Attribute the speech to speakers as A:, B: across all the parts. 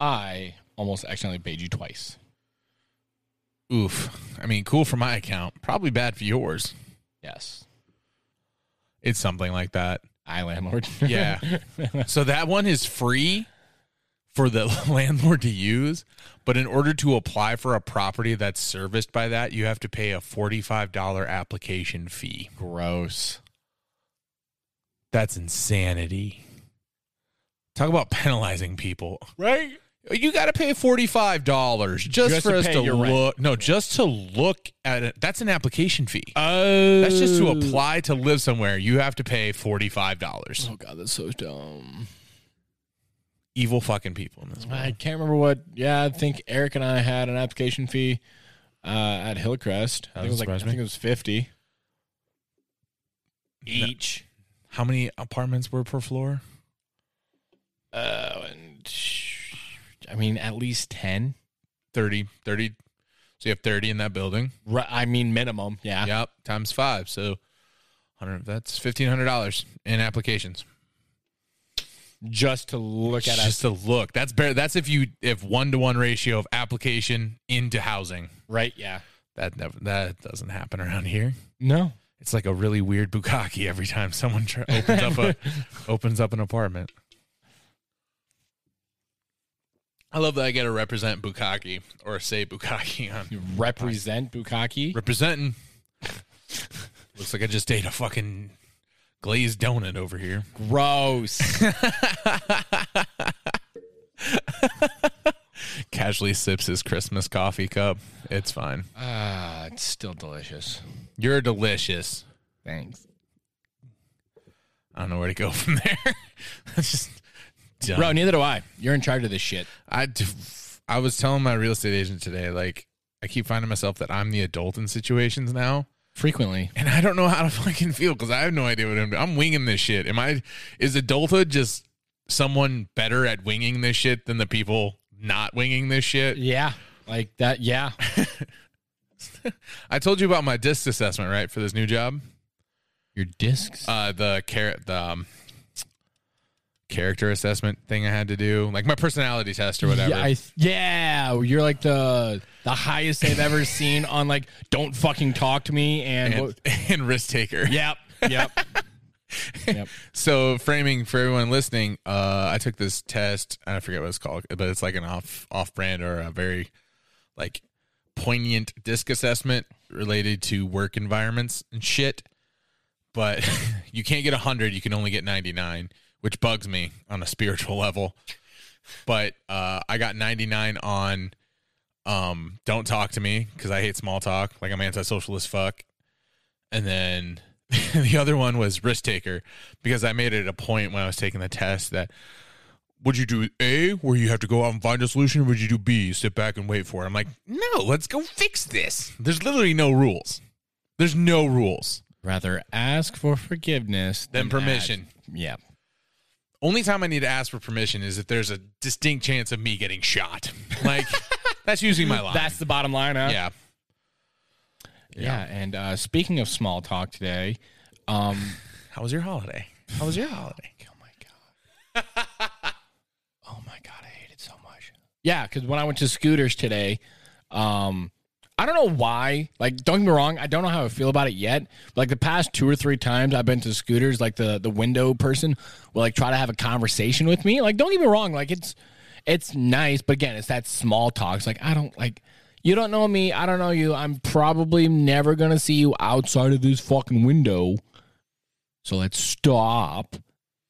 A: I almost accidentally paid you twice.
B: Oof. I mean, cool for my account. Probably bad for yours.
A: Yes.
B: It's something like that.
A: I landlord.
B: Yeah. so that one is free for the landlord to use, but in order to apply for a property that's serviced by that, you have to pay a $45 application fee.
A: Gross.
B: That's insanity. Talk about penalizing people.
A: Right?
B: You got to pay $45 just,
A: Just
B: for
A: to
B: us
A: pay
B: to
A: your rent.
B: look. No, just to look at it. That's an application fee.
A: Oh.
B: That's just to apply to live somewhere. You have to pay $45.
A: Oh, God, that's so dumb.
B: Evil fucking people in this world.
A: I can't remember what. Yeah, I think Eric and I had an application fee uh, at Hillcrest. I think, it was
B: Doesn't
A: like, I
B: surprise me.
A: think it was 50 each.
B: How many apartments were per floor?
A: Uh, and sh- I mean, at least 10.
B: 30. 30. So you have 30 in that building.
A: Ri- I mean, minimum. Yeah.
B: Yep, times five. So, hundred. That's fifteen hundred dollars in applications.
A: Just to look at us.
B: Just to look. That's bare. That's if you if one to one ratio of application into housing.
A: Right. Yeah.
B: That never. That doesn't happen around here.
A: No.
B: It's like a really weird bukkake every time someone tr- opens up a opens up an apartment. I love that I get to represent bukkake or say bukkake on
A: You represent Bukaki.
B: representing. Looks like I just ate a fucking glazed donut over here.
A: Gross.
B: casually sips his Christmas coffee cup. It's fine.
A: Ah, it's still delicious.
B: You're delicious.
A: Thanks.
B: I don't know where to go from there. That's just dumb.
A: Bro, neither do I. You're in charge of this shit.
B: I, d- I was telling my real estate agent today, like, I keep finding myself that I'm the adult in situations now,
A: Frequently.
B: and I don't know how to fucking feel because I have no idea what I'm doing. I'm winging this shit. Am I, is adulthood just someone better at winging this shit than the people not winging this shit?
A: Yeah. Like that. Yeah.
B: I told you about my disc assessment, right, for this new job?
A: Your discs.
B: uh the char- the um, character assessment thing I had to do, like my personality test or whatever.
A: Yeah, I th- yeah, you're like the the highest they've ever seen on like don't fucking talk to me and,
B: and,
A: what-
B: and risk taker.
A: yep, yep. yep.
B: So framing for everyone listening, uh, I took this test. I forget what it's called, but it's like an off off brand or a very like poignant disc assessment related to work environments and shit. But you can't get hundred; you can only get ninety nine, which bugs me on a spiritual level. But uh, I got ninety nine on um, don't talk to me because I hate small talk. Like I'm antisocial as fuck. And then the other one was risk taker because I made it a point when I was taking the test that would you do A where you have to go out and find a solution or would you do B sit back and wait for it? I'm like, "No, let's go fix this." There's literally no rules. There's no rules.
A: Rather ask for forgiveness
B: Then permission.
A: ask- Yeah.
B: Only time I need to ask for permission is if there's a distinct chance of me getting shot. Like that's usually my line.
A: That's the bottom line, huh?
B: yeah.
A: Yeah, and uh, speaking of small talk today, um,
B: How was your holiday? How was your holiday?
A: oh my god, oh my god, I hate it so much. Yeah, because when I went to Scooters today, um, I don't know why. Like, don't get me wrong, I don't know how I feel about it yet. But, like the past two or three times I've been to Scooters, like the the window person will like try to have a conversation with me. Like, don't get me wrong, like it's it's nice, but again, it's that small talk. It's like I don't like. You don't know me. I don't know you. I'm probably never going to see you outside of this fucking window. So let's stop.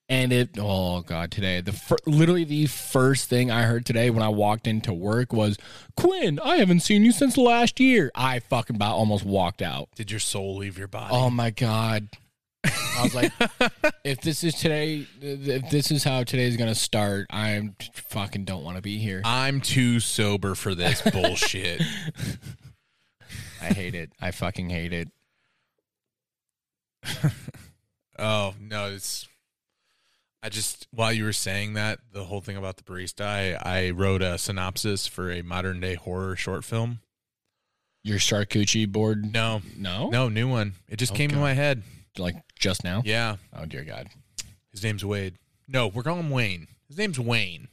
A: And it, oh God, today, the fir- literally the first thing I heard today when I walked into work was, Quinn, I haven't seen you since last year. I fucking about almost walked out.
B: Did your soul leave your body?
A: Oh my God. I was like, if this is today, if this is how today's going to start, I fucking don't want to be here.
B: I'm too sober for this bullshit.
A: I hate it. I fucking hate it.
B: Oh no, it's. I just while you were saying that the whole thing about the barista, I, I wrote a synopsis for a modern day horror short film.
A: Your charcuterie board?
B: No,
A: No?
B: no new one. It just
A: Oh,
B: came to
A: God.
B: my head.
A: Like just now?
B: Yeah,
A: Oh dear God.
B: his name's Wade. No, we're calling him Wayne. His name's Wayne.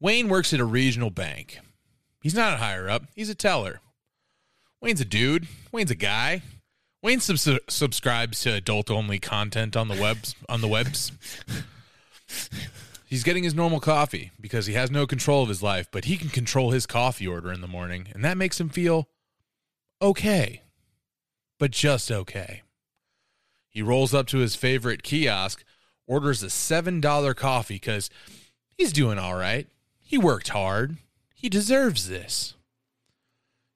B: Wayne works at a regional bank. He's not a higher up, he's a teller. Wayne's a dude. Wayne's a guy. Wayne subs- subscribes to adult only content on the webs on the webs. He's getting his normal coffee because he has no control of his life, but he can control his coffee order in the morning, and that makes him feel okay. But just okay. He rolls up to his favorite kiosk, orders a $7 coffee cuz he's doing all right. He worked hard. He deserves this.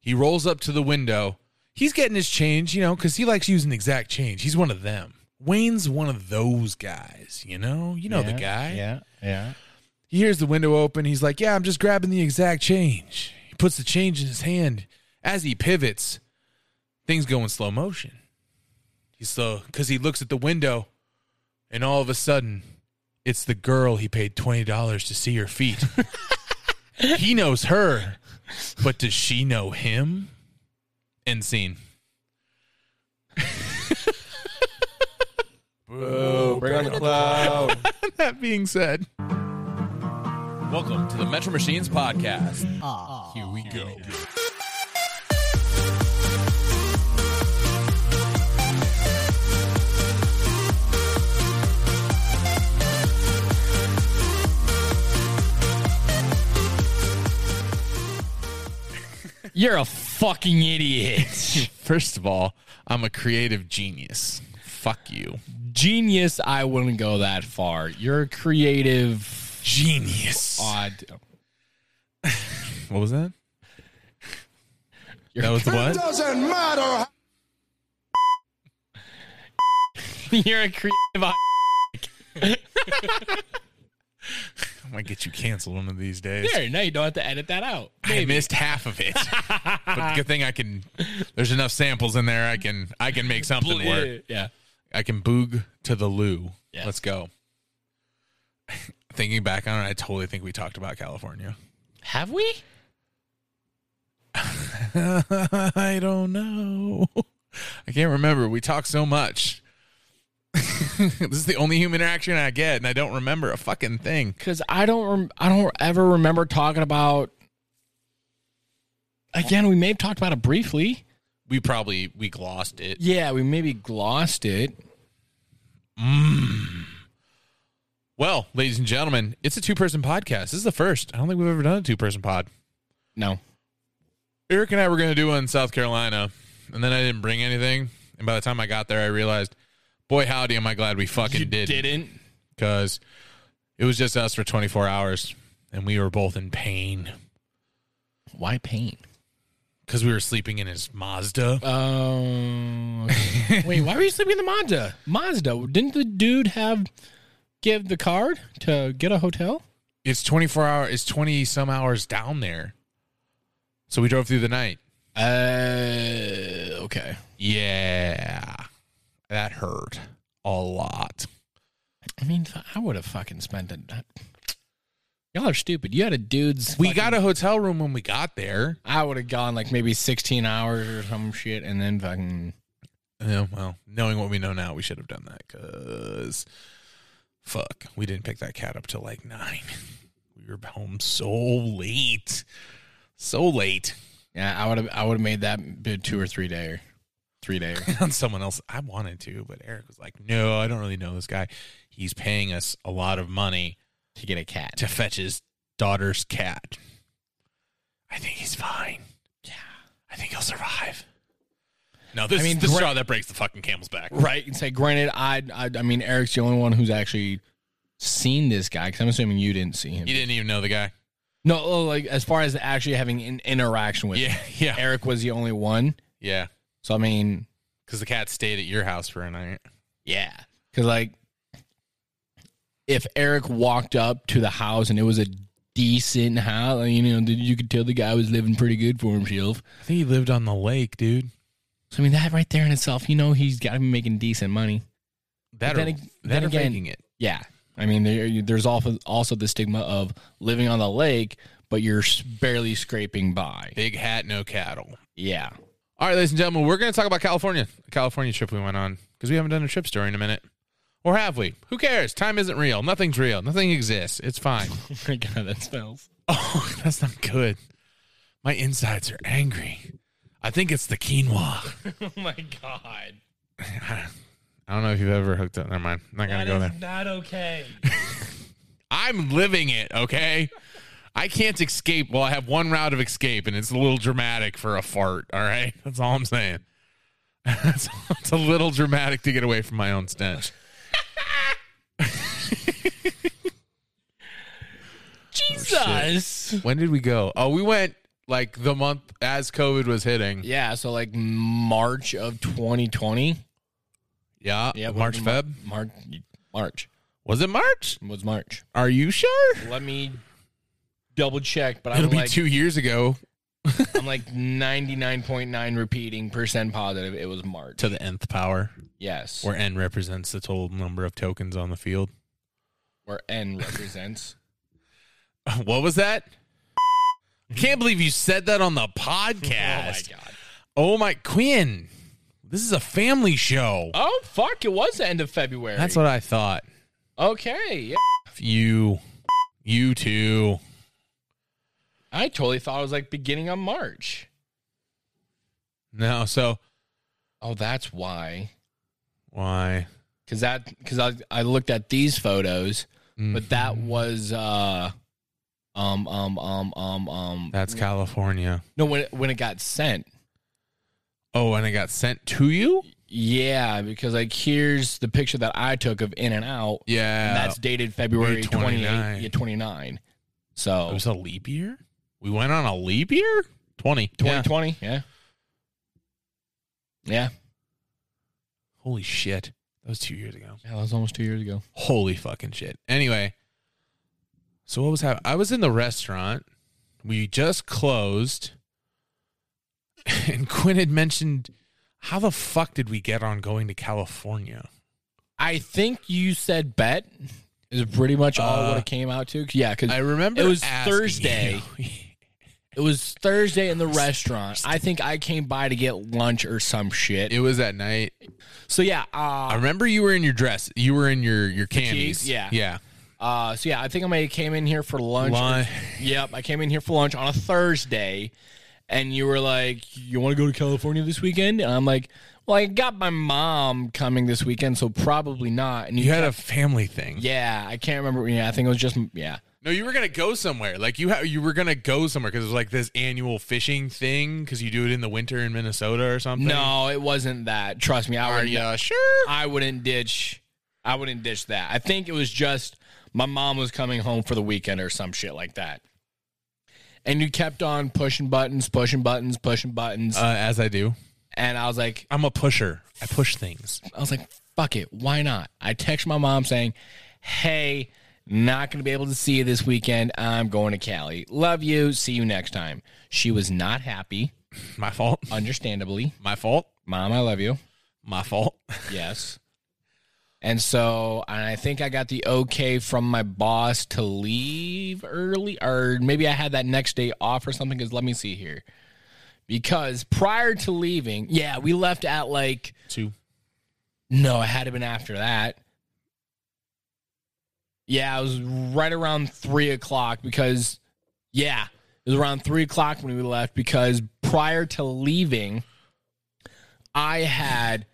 B: He rolls up to the window. He's getting his change, you know, because he likes using exact change. He's one of them. Wayne's one of those guys, you know? You know the guy.
A: Yeah, yeah.
B: He hears the window open. He's like, Yeah, I'm just grabbing the exact change. He puts the change in his hand. As he pivots, things go in slow motion. He's slow because he looks at the window, and all of a sudden, it's the girl he paid $20 to see her feet. he knows her, but does she know him? End scene.
C: Boo, bring on the cloud.
B: That being said, welcome to the Metro Machines podcast. Ah, Here we go.
A: You're a fucking idiot.
B: First of all, I'm a creative genius. Fuck you.
A: Genius, I wouldn't go that far. You're a creative
B: Genius.
A: odd.
B: What was that?
A: You're
B: That was the what?
C: Doesn't matter.
A: You're a creative odd.
B: I might get you canceled one of these days.
A: There, now you don't have to edit that out.
B: I missed half of it. but good thing I can there's enough samples in there I can I can make something work.
A: Yeah.
B: I can boog to the loo.
A: Yeah.
B: Let's go. Thinking back on it, I totally think we talked about California.
A: Have we?
B: I don't know. I can't remember. We talk so much. this is the only human interaction I get, and I don't remember a fucking thing.
A: Because I don't. Rem- I don't ever remember talking about. Again, we may have talked about it briefly.
B: We probably we glossed it.
A: Yeah, we maybe glossed it.
B: Well, ladies and gentlemen, it's a two-person podcast. This is the first. I don't think we've ever done a two-person pod.
A: No.
B: Eric and I were going to do one in South Carolina, and then I didn't bring anything. And by the time I got there, I realized, boy, howdy, am I glad we fucking did
A: didn't.
B: because it was just us for 24 hours, and we were both in pain.
A: Why paint?
B: because we were sleeping in his Mazda.
A: Um. wait, why were you sleeping in the Mazda? Mazda? Didn't the dude have give the card to get a hotel?
B: It's 24 hour. It's 20 some hours down there. So we drove through the night.
A: Uh. Okay.
B: Yeah, that hurt a lot.
A: I mean, I would have fucking spent it. Y'all are stupid. You had a dude's.
B: We got a hotel room when we got there.
A: I would have gone like maybe 16 hours or some shit and then fucking.
B: Yeah, well, knowing what we know now, we should have done that because fuck, we didn't pick that cat up till like nine. We were home so late, so late
A: Yeah, I would have I would have made that bid two or three day or three day.
B: on someone else. I wanted to, but Eric was like, "No, I don't really know this guy. He's paying us a lot of money."
A: to get a cat.
B: to fetch his daughter's cat. I think he's fine. Yeah. I think he'll survive. No, this
A: I mean,
B: is the
A: gra-
B: straw that breaks the fucking camel's back.
A: Right. And say, granted, I, I I mean, Eric's the only one who's actually seen this guy because I'm assuming you didn't see him.
B: You didn't even know the guy.
A: No, oh, like as far as actually having an interaction with.
B: Yeah,
A: him.
B: yeah,
A: Eric was the only one.
B: yeah.
A: So I mean,
B: Because the cat stayed at your house for a night.
A: yeah, because like if Eric walked up to the house and it was a decent house, like, you know, you could tell the guy was living pretty good for himself.
B: I think he lived on the lake, dude.
A: So I mean, that right there in itself, you know, he's got to be making decent money.
B: That
A: But
B: or,
A: then ag-
B: that
A: then
B: or
A: again-
B: faking it.
A: Yeah. I mean, there, there's also also the stigma of living on the lake, but you're s- barely scraping by.
B: Big hat, no cattle.
A: Yeah.
B: All right, ladies and gentlemen, we're going to talk about California, a California trip we went on because we haven't done a trip story in a minute. Or have we? Who cares? Time isn't real. Nothing's real. Nothing exists. It's fine.
A: my God, that smells.
B: Oh, that's not good. My insides are angry. I think it's the quinoa.
A: oh my god.
B: I don't know if you've ever hooked up. Never mind. I'm not gonna go there. Oh,
A: not okay.
B: I'm living it, okay? I can't escape. Well, I have one route of escape, and it's a little dramatic for a fart, all right? That's all I'm saying. it's, it's a little dramatic to get away from my own stench.
A: Jesus.
B: When did we go? Oh, we went like the month as COVID was hitting.
A: yeah, so like March of 2020.
B: Yeah.
A: Yeah,
B: March,
A: Mar-
B: Feb.
A: March. March
B: Was it March?
A: was March.
B: Are you sure?
A: Let me double check, but I'm
B: It'll be
A: like
B: two years ago.
A: I'm like 99.9 repeating percent positive. It was March.
B: To the nth power,
A: Yes,
B: where n represents the total number of tokens on the field.
A: where N represents.
B: What was that? I can't believe you said that on the podcast.
A: Oh my Mm-hmm. god.
B: Oh my Quinn. This is a family show.
A: Oh fuck! It was the end of February.
B: That's what I thought.
A: Okay. Yeah.
B: F You you too.
A: I totally thought it was like beginning of March.
B: No, so
A: Oh, that's why.
B: why?
A: Cause that because I I looked at these photos, but that
B: Mm-hmm.
A: was uh, um um um um um.
B: That's California.
A: No, when it, when it got sent.
B: Oh, and it got sent to you?
A: Yeah, because like here's the picture that I took of In and Out.
B: Yeah.
A: And that's dated February
B: May
A: 28,
B: 29.
A: yeah, 29. So
B: it was a leap year? We went on a leap year? 20.
A: 2020, yeah. Yeah.
B: Holy shit. That was 2 years ago.
A: Yeah, that was almost two years ago.
B: Holy fucking shit. Anyway, so what was happening? I was in the restaurant. We just closed. And Quinn had mentioned, how the fuck did we get on going to California?
A: I think you said bet is pretty much all
B: Uh,
A: what it came out to. Yeah, because
B: I remember
A: It was
B: asking
A: Thursday.
B: you.
A: it was Thursday in the restaurant. I think I came by to get lunch or some shit.
B: it was at night.
A: So yeah,
B: I
A: uh,
B: remember you were in your dress. You were in your your
A: Fatigues,
B: camis.
A: yeah.
B: yeah.
A: uh, so yeah, I think I may have came in here for lunch.
B: Lon-
A: Yep, I came in here for lunch on a Thursday, and you were like, "You want to go to California this weekend?" And I'm like, "Well, I got my mom coming this weekend, so probably not." And you,
B: You had a family thing.
A: yeah, I can't remember. Yeah, I think it was just yeah.
B: No, you were gonna go somewhere. Like you, ha- you were gonna go somewhere because it was like this annual fishing thing because you do it in the winter in Minnesota or something.
A: No, it wasn't that. Trust me, I
B: Are
A: already
B: you sure?
A: I wouldn't ditch. I wouldn't ditch that. I think it was just my mom was coming home for the weekend or some shit like that. And you kept on pushing buttons, pushing buttons, pushing buttons,
B: Uh, as I do.
A: and I was like,
B: I'm a pusher. I push things.
A: I was like, fuck it, why not? I text my mom saying, "Hey, not going to be able to see you this weekend. I'm going to Cali. Love you. See you next time." She was not happy,
B: My fault.
A: understandably.
B: My fault.
A: Mom, I love you.
B: My fault.
A: Yes. And so and I think I got the okay from my boss to leave early, or maybe I had that next day off or something. Because let me see here. Because prior to leaving, yeah, we left at like,
B: Two.
A: no, it had to been after that. Yeah, it was right around three o'clock because, yeah, it was around three o'clock when we left because prior to leaving, I had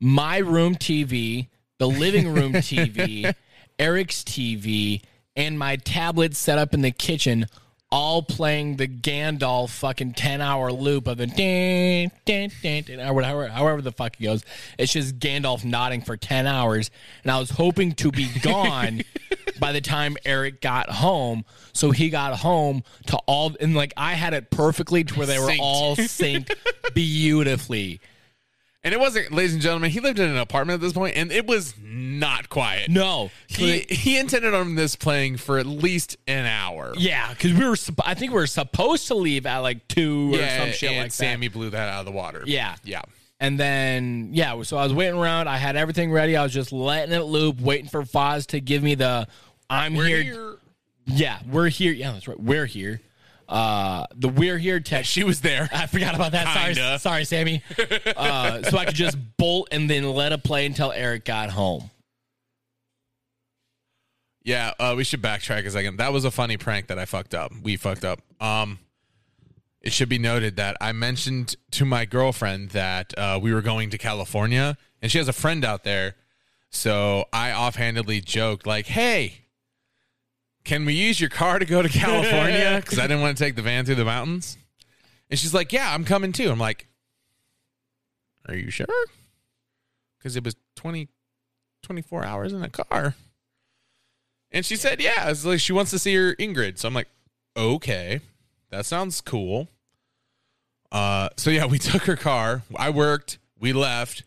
A: my room TV, the living room TV, Eric's TV, and my tablet set up in the kitchen, all playing the Gandalf fucking 10 hour loop of the ding, ding, ding, ding, or whatever, however the fuck it goes. It's just Gandalf nodding for 10 hours. And I was hoping to be gone by the time Eric got home. So he got home to all, and like I had it perfectly to where they were
B: Synced.
A: all synced beautifully.
B: And it wasn't, ladies and gentlemen. He lived in an apartment at this point, and it was not quiet.
A: No.
B: He, he intended on this playing for at least an hour.
A: Yeah, because we were. supp- I think we were supposed to leave at like two or some shit
B: and
A: like
B: Sammy blew that out of the water.
A: that. Yeah,
B: Yeah.
A: and then yeah, so I was waiting around. I had everything ready. I was just letting it loop, waiting for Foz to give me the "I'm
B: We're
A: here.
B: here.
A: Yeah, we're here. Yeah, that's right. We're here. Uh, the "We're here" text.
B: She was there.
A: I forgot about that. Sorry,
B: Kinda.
A: sorry, Sammy. Uh, so I could just bolt and then let it play until Eric got home.
B: Yeah, uh, we should backtrack a second. That was a funny prank that I fucked up. We fucked up. Um, it should be noted that I mentioned to my girlfriend that uh, we were going to California, and she has a friend out there. So I offhandedly joked like, "Hey, can we use your car to go to California?" Because I didn't want to take the van through the mountains. And she's like, "Yeah, I'm coming too." I'm like, "Are you sure?" Because it was 20, 24 hours in a car. And she said, "Yeah." It's like she wants to see her Ingrid. So I'm like, "Okay, that sounds cool." Uh, so yeah, we took her car. I worked. We left.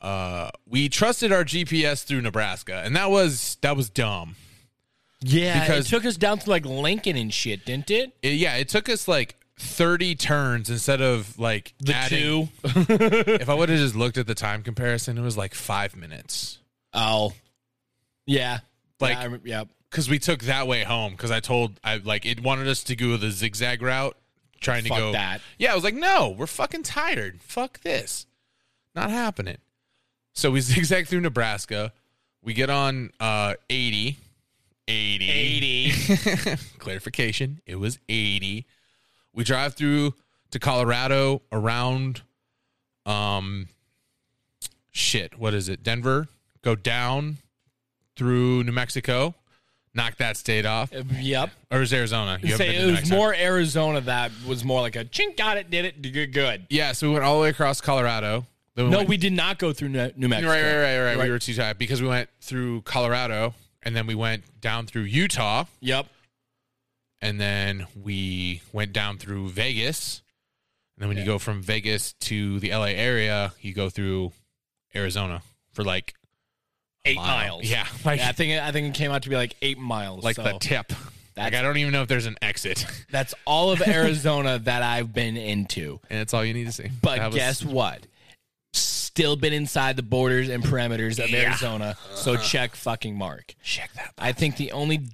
B: Uh, we trusted our GPS through Nebraska, and that was that was dumb.
A: Yeah,
B: Because-
A: it took us down to like Lincoln and shit, didn't it?
B: It- yeah, it took us like 30 turns instead of like
A: The
B: adding-
A: two.
B: if I would have just looked at the time comparison, it was like five minutes.
A: Oh, yeah.
B: Like-
A: yeah, I rem- yep.
B: because we took that way home because I told I like it wanted us to go the zigzag route, trying
A: Fuck
B: to go
A: that.
B: Yeah, I was like, no, we're fucking tired. Fuck this, not happening. So we zigzag through Nebraska. We get on uh 80. 80. 80. Clarification. It was 80. We drive through to Colorado around um shit, what is it? Denver. Go down through New Mexico. Knock that state off.
A: Yep.
B: Or is Arizona? You haven't
A: Say
B: been
A: it
B: to New
A: was
B: Mexico.
A: more Arizona that was more like a chink, got it, did it, good, good.
B: Yeah, so we went all the way across Colorado. Then
A: No,
B: went-
A: we did not go through New New
B: right,
A: Mexico.
B: right, right, right,
A: Right.
B: We were too tired because we went through Colorado and then we went down through Utah
A: Yep.
B: and then we went down through Vegas. And then when you go from Vegas to the LA area, you go through Arizona for like a
A: Eight
B: mile.
A: miles.
B: Yeah, like
A: Yeah, I think I think it came out to be like eight miles.
B: like
A: so
B: the tip. Like
A: That's-
B: I don't even know if there's an exit,
A: that's all of Arizona that I've been into.
B: and it's all you need to see.
A: But
B: That was-
A: guess what? Still been inside the borders and parameters of Arizona. So check fucking mark.
B: check that.
A: I think the only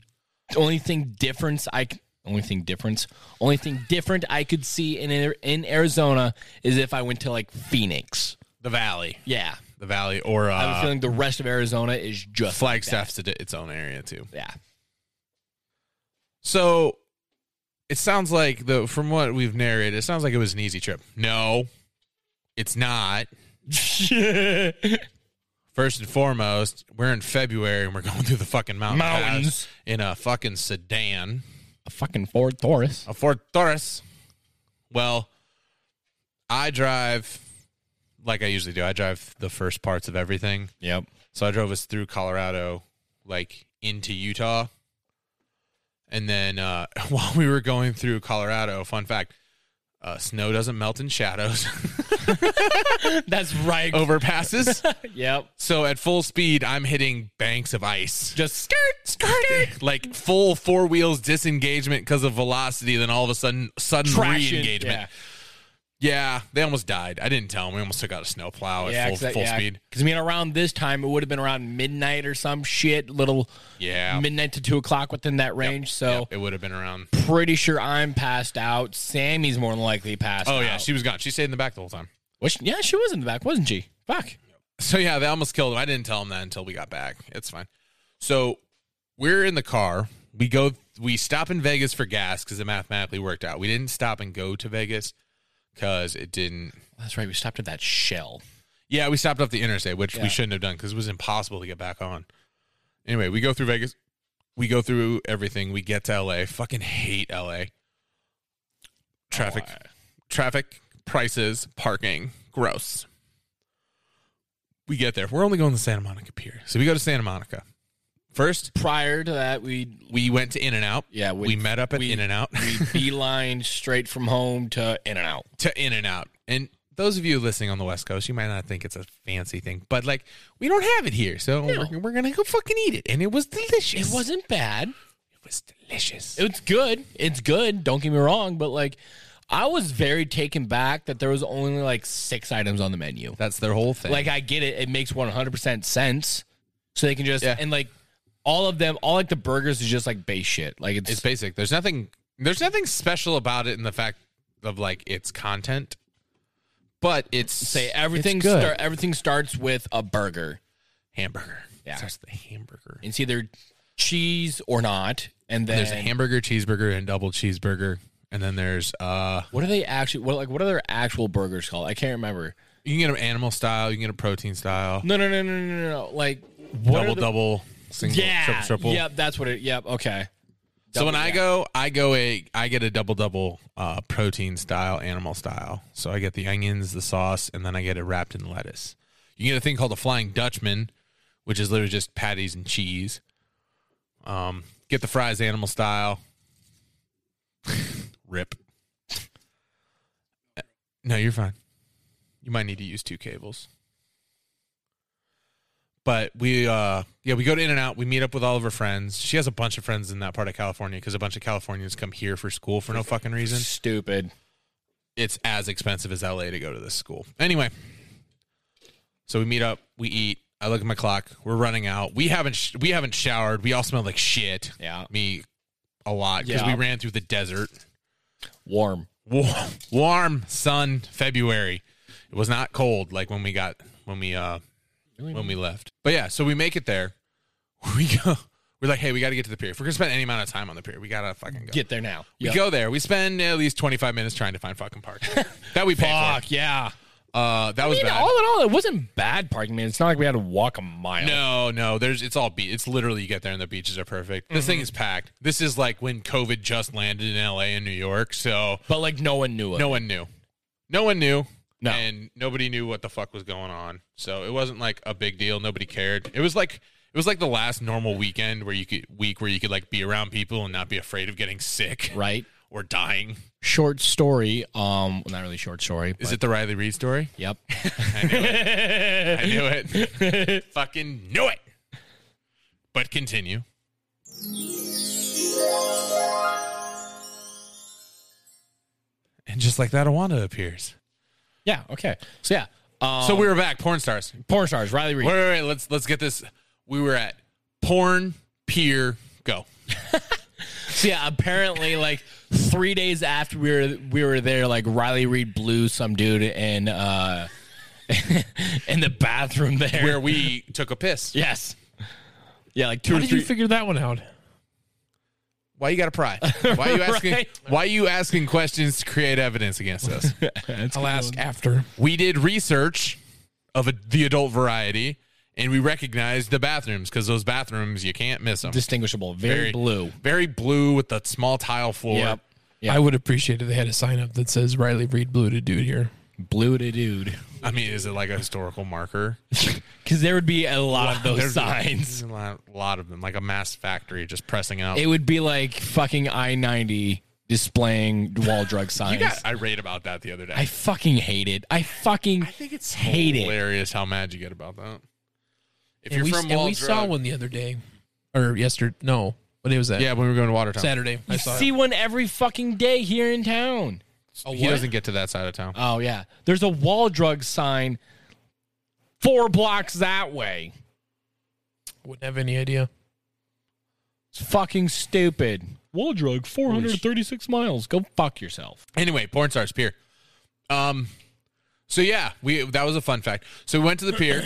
A: only thing difference I c- only thing difference only thing different I could see in Ar- in Arizona is if I went to like Phoenix.
B: The valley,
A: Yeah,
B: the valley, or
A: I have a
B: uh,
A: feeling the rest of Arizona is just like that.
B: Flagstaff's its own area too.
A: Yeah,
B: So it sounds like the from what we've narrated, it sounds like it was an easy trip. No, it's not. First and foremost, we're in February and we're going through the fucking mountain
A: Mountains.
B: pass in a fucking sedan,
A: a fucking Ford Taurus.
B: a Ford Taurus. Well, I drive like I usually do. I drive the first parts of everything.
A: Yep.
B: So I drove us through Colorado, like into Utah. And then uh, while we were going through Colorado, fun fact uh, snow doesn't melt in shadows,
A: That's right.
B: overpasses.
A: Oh. Yep.
B: so at full speed, I'm hitting banks of ice.
A: Just skirt, skirt.
B: Like full four wheels disengagement because of velocity, then all of a sudden, sudden re engagement. Yeah. they almost died. I didn't tell them. We almost took out a snowplow at
A: Yeah,
B: full, full speed.
A: Because I mean, around this time, it would have been around midnight or some shit, little
B: Yeah.
A: midnight to two o'clock within that range. So
B: Yep, it would have been around.
A: pretty sure I'm passed out. Sammy's more than likely passed.
B: Oh, yeah.
A: out.
B: She was gone. She stayed in the back the whole time.
A: Was she- yeah, she was in the back, wasn't she? Fuck.
B: So yeah, they almost killed him. I didn't tell him that until we got back. It's fine. So we're in the car. We go. We stop in Vegas for gas because it mathematically worked out. We didn't stop and go to Vegas because it didn't.
A: That's right. We stopped at that shell.
B: Yeah, we stopped off the interstate, which
A: Yeah.
B: we shouldn't have done because it was impossible to get back on. Anyway, we go through Vegas. We go through everything. We get to LA. Fucking hate LA. Traffic,
A: Why?
B: traffic, prices, parking, gross. We get there. We're only going to Santa Monica Pier. So we go to Santa Monica. First,
A: Prior to that, we
B: we went to In and Out.
A: Yeah,
B: we,
A: we-
B: met up at
A: we-
B: In and Out.
A: we beelined straight from home to In and Out.
B: to In and Out. And those of you listening on the West Coast, you might not think it's a fancy thing, but like we don't have it here, so we're, we're gonna go fucking eat it, and it was delicious.
A: It wasn't bad.
B: It was delicious.
A: It's good. It's good. Don't get me wrong, but like, I was very taken back that there was only like six items on the menu.
B: That's their whole thing.
A: Like, I get it. It makes one hundred percent sense. So they can just
B: Yeah.
A: and like all of them, all like the burgers is just like base shit. Like it's,
B: it's basic. There's nothing. There's nothing special about it in the fact of like its content, but it's
A: say everything.
B: it's good.
A: Start, everything starts with a burger.
B: hamburger.
A: Yeah.
B: Starts with the hamburger.
A: It's either cheese or not. And then
B: there's a hamburger, cheeseburger, and double cheeseburger, and then there's uh,
A: What are they actually? What like what are their actual burgers called? I can't remember.
B: you can get an animal style, you can get a protein style,
A: No, no, no, no, no, no. no. Like what are
B: double
A: the-
B: double, single,
A: Yeah.
B: triple triple.
A: Yep, that's what it. Yep. Okay.
B: So when
A: Double,
B: I
A: yeah.
B: go, I go a, I get a double double, uh, protein style, animal style. So I get the onions, the sauce, and then I get it wrapped in lettuce. You get a thing called a flying Dutchman, which is literally just patties and cheese. Um, get the fries animal style. Rip. No, you're fine. You might need to use two cables. But we, uh, yeah, we go to In and Out. We meet up with all of her friends. She has a bunch of friends in that part of California because a bunch of Californians come here for school for no fucking reason.
A: Stupid.
B: It's as expensive as LA to go to this school. Anyway, so we meet up. We eat. I look at my clock. We're running out. We haven't sh- we haven't showered. We all smell like shit.
A: Yeah.
B: Me, a lot because
A: Yeah.
B: we ran through the desert.
A: Warm.
B: warm, warm sun February. It was not cold like when we got when we uh when we left. But yeah, so we make it there. We go. We're like, hey, we got to get to the pier. If we're gonna spend any amount of time on the pier, we gotta fucking go.
A: Get there now.
B: we
A: Yep.
B: go there. We spend at least twenty five minutes trying to find fucking parking that we paid
A: Fuck yeah.
B: for. Uh, that was
A: I mean,
B: bad.
A: all in all, it wasn't bad parking. Man, it's not like we had to walk a mile.
B: no, no, there's it's all beach. It's literally you get there and the beaches are perfect. This
A: Mm-hmm.
B: thing is packed. This is like when COVID just landed in L.A. and New York, so
A: But like no one knew it.
B: no one knew. No one knew.
A: No.
B: And nobody knew what the fuck was going on. So it wasn't like a big deal. Nobody cared. It was like it was like the last normal weekend where you could week where you could like be around people and not be afraid of getting sick
A: Right.
B: or dying.
A: Short story. Um, well, not really short story.
B: Is
A: but-
B: it the Riley Reed story?
A: Yep.
B: I knew it. I knew it. Fucking knew it. But continue. And just like that, Awanda appears.
A: yeah. Okay. So yeah. Um,
B: So we were back, porn stars.
A: porn stars. Riley Reid.
B: Wait, wait, wait. Let's let's get this. We were at porn pier. Go.
A: So yeah, apparently, like three days after we were we were there, like Riley Reed blew some dude in uh in the bathroom there.
B: Where we took a piss.
A: yes, yeah, like two
D: How
A: or
D: did
A: three.
D: you figure that one out?
B: Why you got to pry? Why you asking?
A: Right.
B: Why you asking questions to create evidence against us?
D: I'll ask after.
B: we did research of a, the adult variety, and we recognized the bathrooms because those bathrooms you can't miss them.
A: distinguishable, very, blue.
B: very blue with the small tile floor.
A: Yep, Yeah.
D: I would appreciate if they had a sign up that says Riley Reed Blue to dude here.
A: blue to dude.
B: I mean, is it like a historical marker?
A: Because there would be a lot of those
B: There's
A: signs.
B: a lot, lot of them, like a mass factory just pressing out.
A: It would be like fucking I ninety displaying wall drug signs.
B: you got irate about that the other day.
A: I fucking hate it. I fucking
B: I think it's
A: hate it.
B: hilarious how mad you get about that. If
D: And
B: you're
D: we,
B: from
D: and
B: Wall
D: we saw
B: Drug-
D: one the other day, or yesterday. No, what day was that?
B: yeah, when we were going to Watertown,
D: Saturday. I
A: You
D: saw
A: see
D: it.
A: one every fucking day here in town.
B: he doesn't get to that side of town.
A: Oh yeah. There's a wall drug sign four blocks that way.
D: Wouldn't have any idea.
A: It's fucking stupid. Wall drug 436 miles. Go fuck yourself.
B: Anyway, porn stars pier. Um, so yeah, we that was a fun fact. So we went to the pier,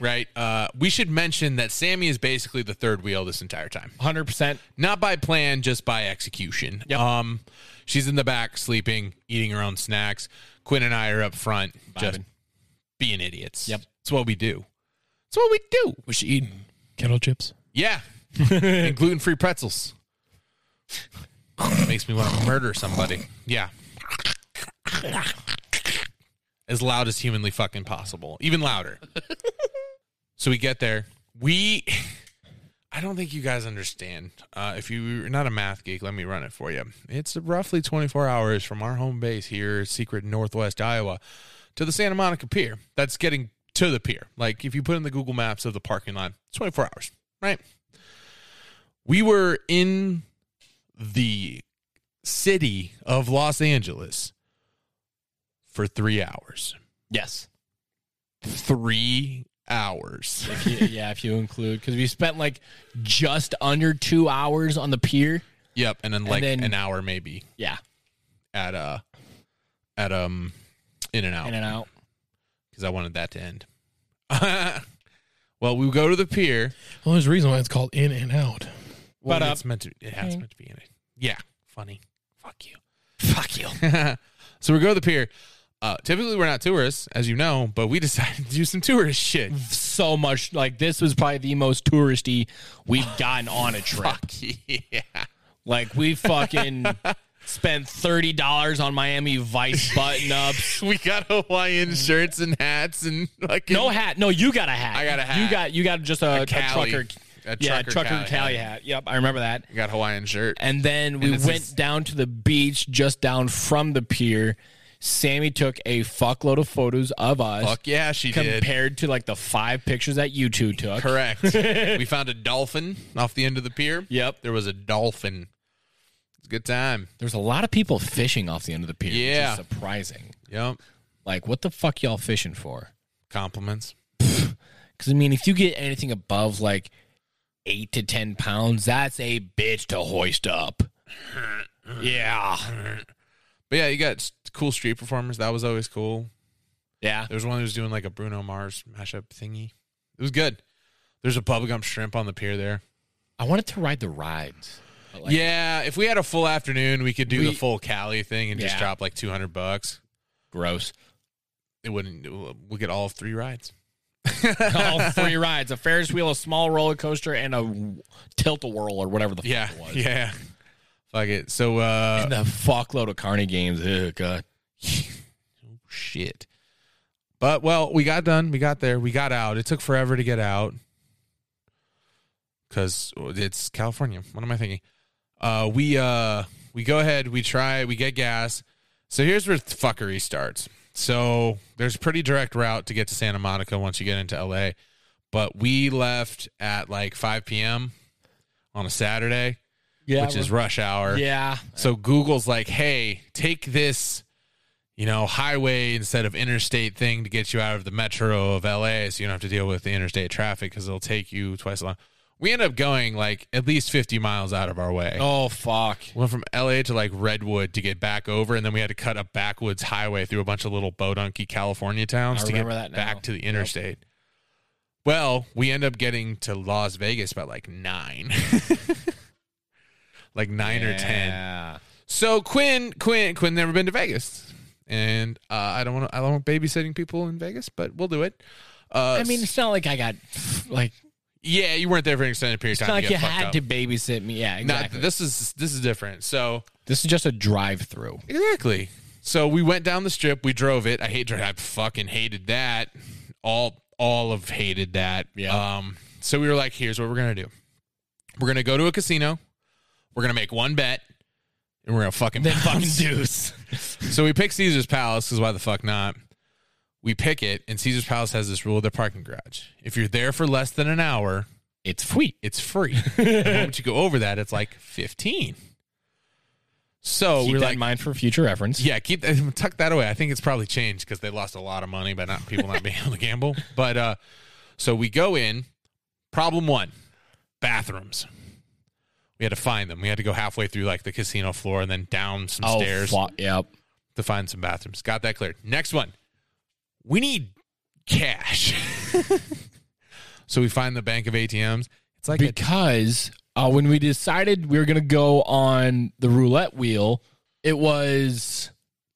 B: right? Uh, we should mention that Sammy is basically the third wheel this entire time.
A: 100%.
B: not by plan, just by execution.
A: Yep.
B: Um, she's in the back sleeping, eating her own snacks. Quinn and I are up front, just
A: Vibing.
B: being idiots.
A: Yep.
B: it's what we do. It's what we do.
D: Was she eating kettle chips?
B: Yeah, and gluten free pretzels. Makes me want to murder somebody. Yeah. As loud as humanly fucking possible, even louder. so we get there. We, I don't think you guys understand. Uh, if you're not a math geek, let me run it for you. It's roughly 24 hours from our home base here, secret Northwest Iowa, to the Santa Monica Pier. That's getting to the pier. Like if you put in the Google Maps of the parking lot, it's 24 hours, right? we were in the city of Los Angeles for three hours.
A: Yes.
B: Three hours.
A: If you, yeah, if you include cuz we spent like just under 2 hours on the pier.
B: Yep, and then like
A: then-
B: an hour maybe
A: Yeah.
B: at uh at um in and
A: In
B: out
A: and out.
B: because I wanted that to end. well, we go to the pier.
D: Well, there's a reason why it's called In and Out.
B: But, uh,
E: it's meant to. It has
A: Hey.
E: meant to be in it. Yeah, funny. Fuck you.
A: Fuck you.
B: so we go to the pier. Uh, typically, we're not tourists, as you know, but we decided to do some tourist shit.
A: So much like this was probably the most touristy we've gotten on a trip.
B: yeah.
A: Like we fucking spent thirty dollars on Miami Vice button ups.
B: We got Hawaiian shirts and hats and like
A: No hat. No, you got a hat.
B: I got a hat.
A: You got you got just a, a,
B: Cali.
A: trucker.
B: A
A: yeah,
B: trucker
A: trucker
B: Cali
A: Cali, hat. Yep, I remember that.
B: We got Hawaiian shirt.
A: And then we
B: it's
A: went
B: just-
A: down to the beach, just down from the pier. Sammy took a fuckload of photos of us
B: Fuck yeah, she did.
A: compared to like the five pictures that you two took.
B: Correct. we found a dolphin off the end of the pier.
A: Yep.
B: There was a dolphin. It's a good time.
A: There's a lot of people fishing off the end of the pier.
B: Yeah.
A: Which is surprising.
B: Yep.
A: Like, what the fuck y'all fishing for?
B: Compliments.
A: Because, I mean, if you get anything above like eight to 10 pounds, that's a bitch to hoist up. Yeah.
B: But yeah, you got s- cool street performers. That was always cool.
A: Yeah.
B: There was one who was doing like a Bruno Mars mashup thingy. It was good. There's a bubblegum shrimp on the pier there.
A: I wanted to ride the rides. but, like,
B: yeah, if we had a full afternoon, we could do the
A: We-
B: full Cali thing and just
A: Yeah.
B: drop like 200 bucks.
A: Gross.
B: It wouldn't. We'll get all three rides.
A: All three rides a Ferris wheel, a small roller coaster, and a tilt a whirl or whatever the fuck
B: Yeah,
A: it was.
B: yeah. Fuck it. So, uh,
A: And the fuckload of carny games. Ugh, God.
B: shit. But well, we got done. We got there. We got out. It took forever to get out because it's California. What am I thinking? Uh, we uh, we go ahead. We try. We get gas. So here's where the fuckery starts. So there's a pretty direct route to get to Santa Monica once you get into LA, but we left at like 5 p.m. on a Saturday,
A: Yeah.
B: which is rush hour.
A: yeah.
B: So Google's like, hey, take this, you know, highway instead of interstate thing to get you out of the metro of LA so you don't have to deal with the interstate traffic because it'll take you twice as long. We end up going like at least 50 miles out of our way.
A: Oh, fuck.
B: Went from LA to like Redwood to get back over, and then we had to cut a backwoods highway through a bunch of little bodunky California towns
A: I
B: to get
A: remember that now.
B: back to the interstate. Well, we end up getting to Las Vegas by like nine, like nine or ten.
A: Yeah.
B: So Quinn, Quinn, Quinn never been to Vegas, and uh, I don't want to. I don't want babysitting people in Vegas, but we'll do it. Uh,
A: I mean, it's not like I got like
B: yeah, you weren't there for an extended period
A: it's
B: of
A: not
B: time.
A: like
B: to
A: you
B: get fucked
A: had
B: up.
A: to babysit me. Yeah,
B: Not-
A: exactly.
B: this is this is different. So
A: this is just a drive-through.
B: exactly. So we went down the strip. We drove it. I hate drive. I fucking hated that. All all of hated that.
A: Yeah.
B: Um. So we were like, here's what we're gonna do. We're gonna go to a casino. We're gonna make one bet, and we're gonna fucking
A: Then fucking deuce.
B: So we pick Caesar's Palace because why the fuck not? We pick it, and Caesar's Palace has this rule of their parking garage. If you're there for less than an hour,
A: It's free.
B: it's free. the moment you go over that, it's like 15. So
A: Keep
B: we're
A: that
B: Oh, like,
A: in mind for future reference.
B: yeah, keep that, tuck that away. I think it's probably changed because they lost a lot of money by not people not being able to gamble. But uh, so we go in. Problem one, bathrooms. We had to find them. We had to go halfway through like the casino floor and then down some
A: Oh,
B: stairs
A: fuck. Yep.
B: to find some bathrooms. Got that cleared. Next one. We need cash. so we find the bank of ATMs. It's like a-
A: Because uh, when we decided we were gonna go on the roulette wheel, it was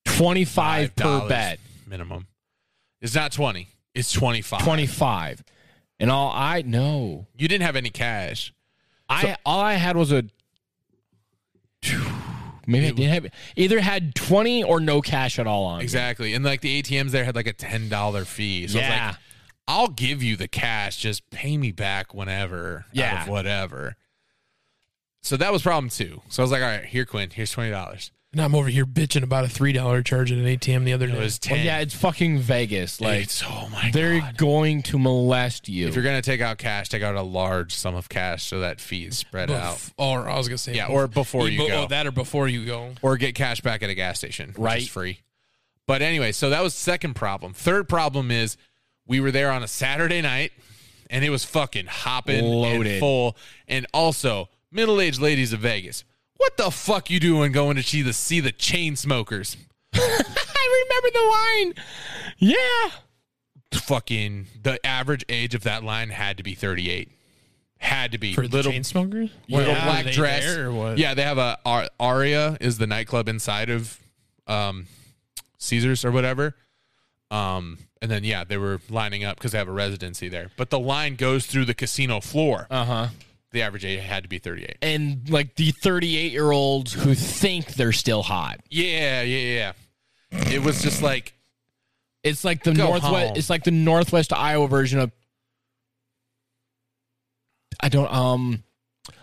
A: twenty-five per
B: $5
A: bet.
B: minimum. It's not 20. It's 25.
A: Twenty-five. And all I know,
B: You didn't have any cash.
A: I all I had was a. Maybe I didn't have either had twenty or no cash at all on. me.
B: Exactly. And like the ATMs there had like a $10 fee. So I
A: yeah.
B: was like, I'll give you the cash. Just pay me back whenever. Out
A: Yeah.
B: of whatever. So that was problem two. So I was like, all right, here, Quinn, here's $20.
D: And I'm over here bitching about a three dollar charge at an ATM the other
B: It
D: day.
B: was 10
A: Well, yeah, it's fucking Vegas. Like
B: It's- oh my
A: they're
B: God.
A: going to molest you.
B: If you're gonna take out cash, take out a large sum of cash so that fee is spread
D: Bef-
B: out,
D: Or I was gonna say,
B: Yeah, or before you
D: bo-
B: go.
D: oh, that or before you go.
B: or get cash back at a gas station, which is
A: Right.
B: free. But anyway, so that was second problem. Third problem is we were there on a Saturday night, and it was fucking hopping and
A: Loaded.
B: full, and also middle aged ladies of Vegas. What the fuck you doing going to see the see the chain smokers?
A: I remember the line. Yeah.
B: Fucking the average age of that line had to be thirty eight. Had to be
D: for
B: little
D: the chain smokers.
B: little
E: Yeah,
B: black
D: they
B: dress.
D: there or what?
B: Yeah, they have a Ar- Aria is the nightclub inside of um, Caesars or whatever. Um, and then yeah, they were lining up because they have a residency there. But the line goes through the casino floor.
A: Uh huh.
B: The average age had to be thirty eight.
A: And like the 38 year olds who think they're still hot.
B: Yeah, yeah, yeah. It was just like
A: It's like the
B: Go
A: northwest.
B: home.
A: It's like the northwest Iowa version of. I don't um,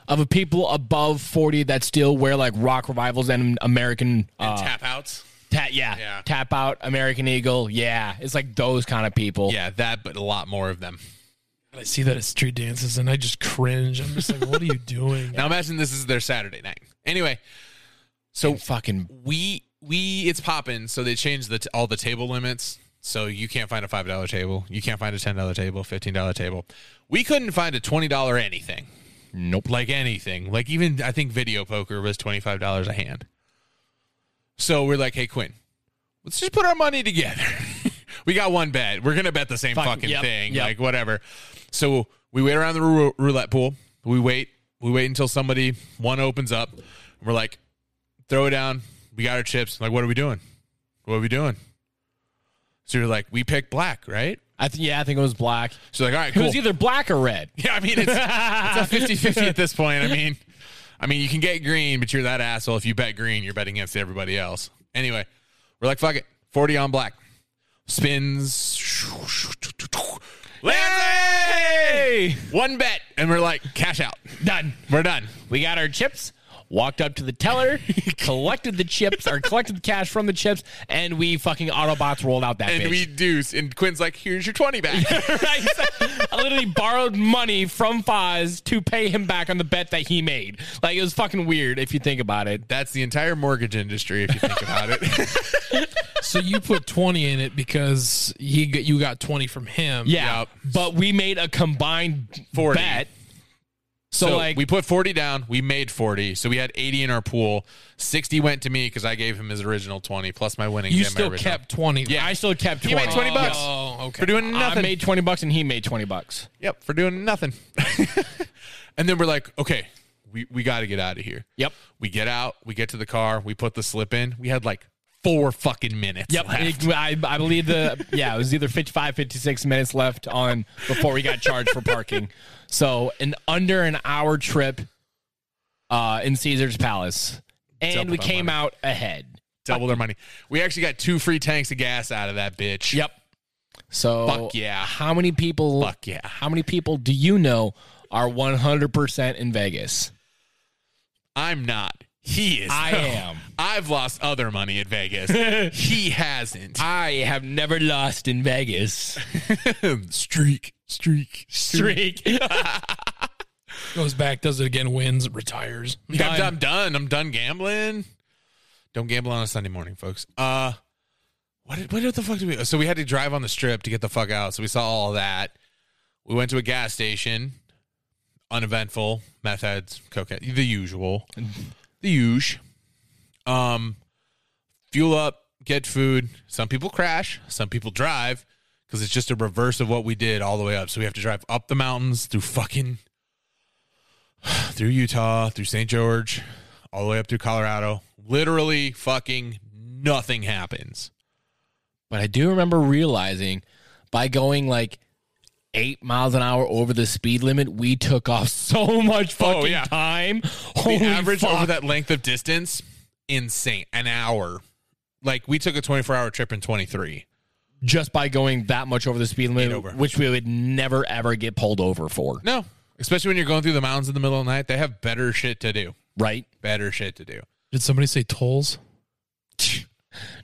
A: of a people above forty that still wear like rock revivals and American uh,
B: tap outs.
A: tap, yeah,
B: Yeah.
A: tap out American Eagle, yeah. It's like those kind of people.
B: Yeah, that, but a lot more of them.
D: I see that at street dances and I just cringe. I'm just like, what are you doing?
B: Now imagine this is their Saturday night. Anyway, so
A: And fucking
B: we we it's popping so they changed the t- all the table limits so you can't find a five dollar table you can't find a ten dollar table fifteen dollar table we couldn't find a twenty dollar anything
A: nope.
B: like anything like even i think video poker was twenty five dollars a hand so we're like hey quinn let's just put our money together we got one bet we're gonna bet the same
A: Fuck,
B: fucking
A: yep,
B: thing
A: yep.
B: like whatever so we wait around the rou- roulette pool we wait we wait until somebody one opens up we're like throw it down. We got our chips. Like, what are we doing? What are we doing? So you're like, we pick black, right?
A: I th- yeah, I think it was black.
B: So like, all right,
A: It
B: cool.
A: was either black or red.
B: yeah, I mean, it's, it's a 50-50 at this point. I mean, I mean, you can get green, but you're that asshole. If you bet green, you're betting against everybody else. Anyway, we're like, fuck it. 40 on black. Spins. Lindsay! One bet. And we're like, cash out.
A: Done.
B: We're done.
A: We got our chips, walked up to the teller, collected the chips, or collected the cash from the chips, and we fucking Autobots rolled out that
B: And
A: bitch.
B: we deuce. And Quinn's like, here's your 20 back.
A: Right? I literally borrowed money from Foz to pay him back on the bet that he made. Like it was fucking weird if you think about it.
B: That's the entire mortgage industry, if you think about it.
D: so you put 20 in it because he got, you got 20 from him.
A: Yeah,
B: Yep.
A: but we made a combined
B: 40.
A: bet.
B: So,
A: So, like
B: we put 40 down, we made 40. So we had 80 in our pool. 60 went to me because I gave him his original 20 plus my winnings.
D: You
B: and my
D: still
B: original.
D: kept 20.
B: Yeah.
A: I still kept
B: He
A: twenty.
B: made 20 bucks
D: Oh, okay.
B: for doing
A: I
B: nothing.
A: made twenty bucks and he made twenty bucks.
B: yep, for doing nothing. and then we're like, okay, we, we got to get out of here.
A: Yep.
B: We get out, we get to the car, we put the slip in. We had like four fucking minutes
A: Yep.
B: left.
A: It- I, I believe the yeah, it was either 55, 56 minutes left on before we got charged for parking. So an under an hour trip uh in Caesar's Palace. And
B: Double
A: we
B: that
A: came
B: money.
A: out ahead.
B: Double their money. We actually got two free tanks of gas out of that bitch.
A: Yep. So
B: Fuck yeah.
A: How many people
B: Fuck yeah.
A: how many people do you know are one hundred percent in Vegas?
B: I'm not. He is.
A: I am.
B: I've lost other money at Vegas. he hasn't.
A: I have never lost in Vegas.
B: streak, streak,
A: Streak.
D: Goes back, does it again, wins, retires.
B: I'm, I'm done. I'm done gambling. Don't gamble on a Sunday morning, folks. Uh, what did, what the fuck did we? So we had to drive on the strip to get the fuck out. So we saw all that. We went to a gas station. Uneventful. Meth heads, cocaine, the usual, the huge. Um, fuel up, get food. Some people crash. Some people drive because it's just a reverse of what we did all the way up. So we have to drive up the mountains through fucking through Utah, through St. George, all the way up through Colorado. Literally fucking nothing happens.
A: But I do remember realizing by going like eight miles an hour over the speed limit, we took off so much fucking
B: Oh, yeah.
A: time.
B: The
A: Holy
B: average
A: fuck.
B: over that length of distance, insane. An hour. Like we took a 24 hour trip in 23.
A: just by going that much over the speed limit,
B: over.
A: which we would never ever get pulled over for,
B: No, especially when you're going through the mountains in the middle of the night, they have better shit to do.
A: right?
B: Better shit to do.
D: Did somebody say tolls?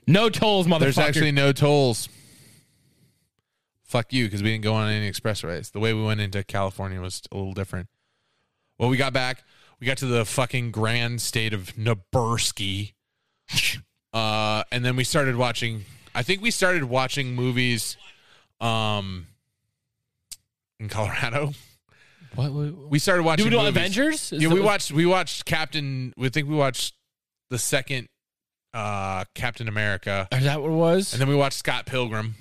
A: No tolls, motherfucker.
B: There's actually no tolls. Fuck you, because we didn't go on any expressways. The way we went into California was a little different. Well, we got back. We got to the fucking grand state of Nebraska, uh, and then we started watching. I think we started watching movies, um, in Colorado.
A: What- what-
B: We started watching.
A: do we do
B: movies.
A: Avengers? Is
B: Yeah,
A: that
B: we
A: what-
B: watched. We watched Captain. We think we watched the second uh, Captain America.
A: Is that what it was?
B: And then we watched Scott Pilgrim.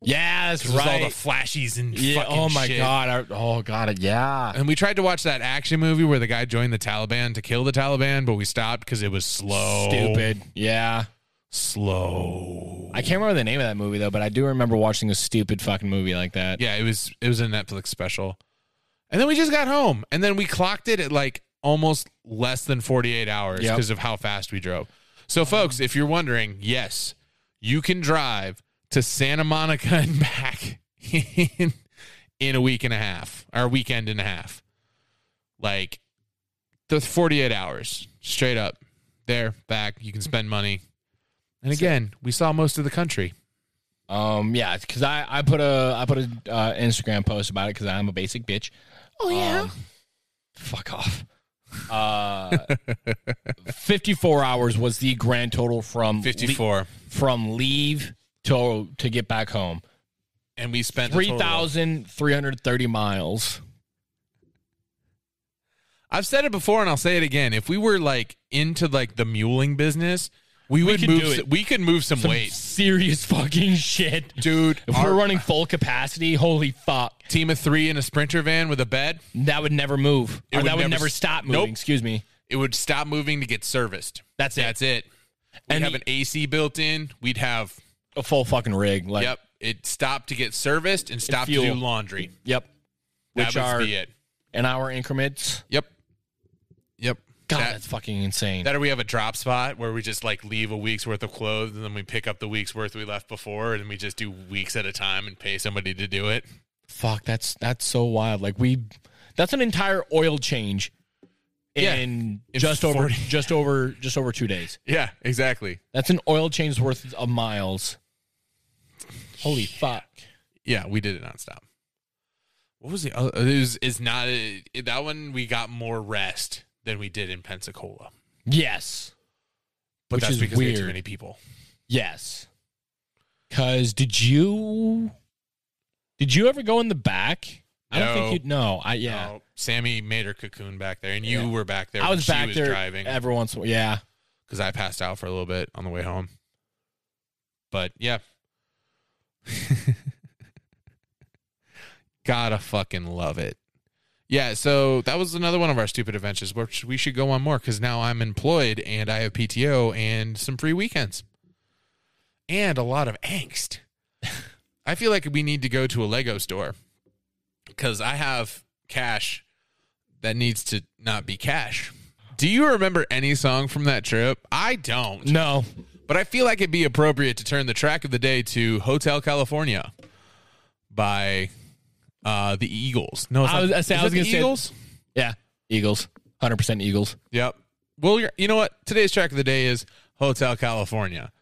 A: Yeah, that's
E: 'Cause there's
A: right.
E: all the flashies and
A: yeah.
E: fucking
A: Oh my
E: shit.
A: god. I, oh god. Yeah.
B: And we tried to watch that action movie where the guy joined the Taliban to kill the Taliban, but we stopped because it was slow.
A: Stupid. Yeah.
B: Slow.
A: I can't remember the name of that movie though, but I do remember watching a stupid fucking movie like that.
B: Yeah, it was it was a Netflix special. And then we just got home. And then we clocked it at like almost less than 48 hours
A: Yep.
B: because of how fast we drove. So folks, if you're wondering, yes, you can drive to Santa Monica and back in in a week and a half or a weekend and a half. Like the 48 hours straight up there back you can spend money and again we saw most of the country
A: Um. Yeah. Because I I put a I put a uh, Instagram post about it because I'm a basic bitch. Oh yeah. fuck off. Uh, 54 hours was the grand total from le-
B: 54
A: from leave to to get back home.
B: and we spent a total of-
A: 3,330 miles.
B: I've said it before and I'll say it again. If we were like into like the muling business, we would
A: could
B: move.
A: do
B: s-
A: it.
B: We could move some,
A: Some
B: weight,
A: serious fucking shit.
B: dude.
A: If
B: our
A: we're running full capacity, holy fuck,
B: team of three in a sprinter van with a bed,
A: that would never move.
B: It
A: or
B: would
A: that would never,
B: never s-
A: stop moving.
B: Nope.
A: Excuse me.
B: it would stop moving to get serviced.
A: That's it.
B: That's it. We'd
A: And
B: have
A: the-
B: an AC built in. We'd have
A: A full fucking rig. Like,
B: yep. It stopped to get serviced and stopped to
A: fuel.
B: do laundry.
A: Yep. Which
B: that
A: are
B: would be it.
A: an hour increments.
B: Yep. Yep.
A: God,
B: That-
A: that's fucking insane.
B: That or we have a drop spot where we just like leave a week's worth of clothes and then we pick up the week's worth we left before and we just do weeks at a time and pay somebody to do it.
A: fuck, that's that's so wild. Like we that's an entire oil change
B: Yeah.
A: in
B: In
A: just over
B: 40
A: just over just over 2 days.
B: Yeah, exactly.
A: That's an oil change worth of miles. Holy fuck.
B: Yeah, we did it nonstop. What was the other? It was, it's not it- that one. We got more rest than we did in Pensacola,
A: Yes.
B: but
A: Which
B: that's
A: is
B: because we had too
A: weird.
B: many people.
A: Yes. Cause did you did you ever go in the back? I don't
B: No.
A: think you no, I yeah.
B: Uh, Sammy made her cocoon back there, and you
A: Yeah.
B: were back there.
A: I
B: when
A: was
B: she
A: back
B: was
A: there
B: driving
A: every once in a while. Yeah.
B: because I passed out for a little bit on the way home. But yeah, gotta fucking love it. Yeah, so that was another one of our stupid adventures, which we should go on more because now I'm employed and I have PTO and some free weekends and a lot of angst. I feel like we need to go to a Lego store because I have cash that needs to not be cash. Do you remember any song from that trip? I don't.
A: No.
B: But I feel like it'd be appropriate to turn the track of the day to Hotel California by uh, the Eagles. No, it's
A: I
B: not-
A: was- I say-
B: is
A: I was
B: it the
A: gonna say-
B: Eagles.
A: Yeah. Eagles. 100% Eagles.
B: Yep. Well, you're, you know what? Today's track of the day is Hotel California.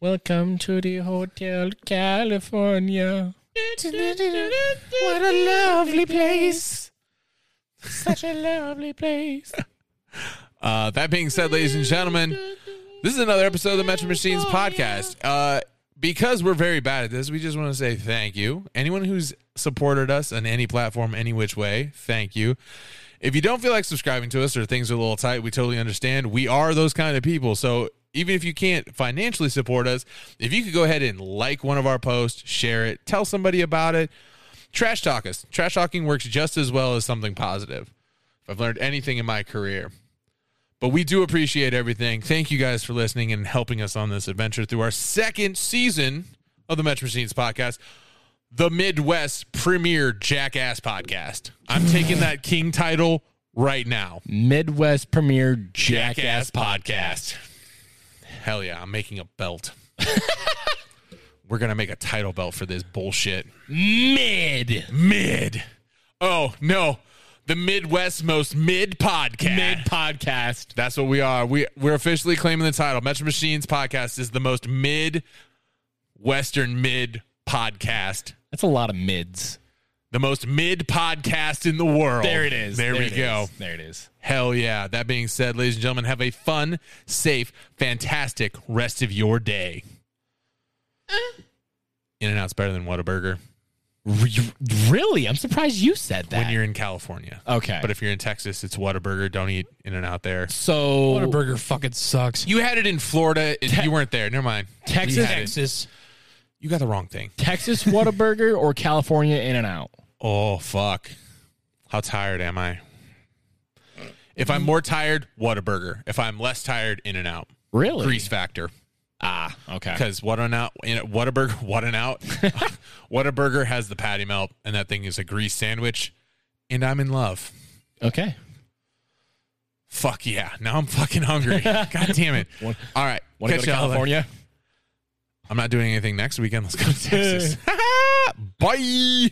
A: Welcome to the Hotel California.
B: What a lovely place.
A: Such a lovely place.
B: Uh, that being said, ladies and gentlemen, this is another episode of the Metro Machines podcast. Uh, because we're very bad at this, we just want to say thank you. Anyone who's supported us on any platform, any which way, thank you. If you don't feel like subscribing to us or things are a little tight, we totally understand. We are those kind of people. So even if you can't financially support us, if you could go ahead and like one of our posts, share it, tell somebody about it, trash talk us. Trash talking works just as well as something positive. If I've learned anything in my career. But we do appreciate everything. Thank you guys for listening and helping us on this adventure through our second season of the Metro Machines podcast, the Midwest premier jackass podcast. I'm taking that king title right now.
A: Midwest Premier Jackass,
B: podcast. Hell yeah, I'm making a belt. We're going to make a title belt for this bullshit.
A: Mid.
B: Mid. Oh, no. The Midwest most mid podcast.
A: Mid podcast.
B: That's what we are. We we're officially claiming the title. Metro Machines podcast is the most mid western mid podcast.
A: That's a lot of mids.
B: The most mid podcast in the world.
A: There it is.
B: There, we
A: it
B: go.
A: is. There it is.
B: Hell yeah. That being said, ladies and gentlemen, have a fun, safe, fantastic rest of your day.
A: Uh.
B: In and out's better than Whataburger
A: Re- really? I'm surprised you said that.
B: when you're in California.
A: okay.
B: But if you're in Texas, it's Whataburger. Don't eat In and Out there. Oh.
A: so
D: Whataburger fucking sucks.
B: You had it in Florida. It- you weren't there. Never mind.
A: Texas
B: had it.
D: Texas.
B: You got the wrong thing.
A: Texas Whataburger or California In and Out?
B: Oh fuck. How tired am I? If I'm more tired, Whataburger. If I'm less tired, In and Out.
A: Really?
B: Grease factor. Ah.
A: Okay.
B: Because what an out in Whataburger what an out. Whataburger has the patty melt and that thing is a grease sandwich. And I'm in love.
A: Okay.
B: Fuck yeah. Now I'm fucking hungry. God damn it.
A: Want
B: All right.
A: to go
B: Catch
A: to
B: y'all later.
A: California?
B: I'm not doing anything next weekend. Let's go to Texas. Bye.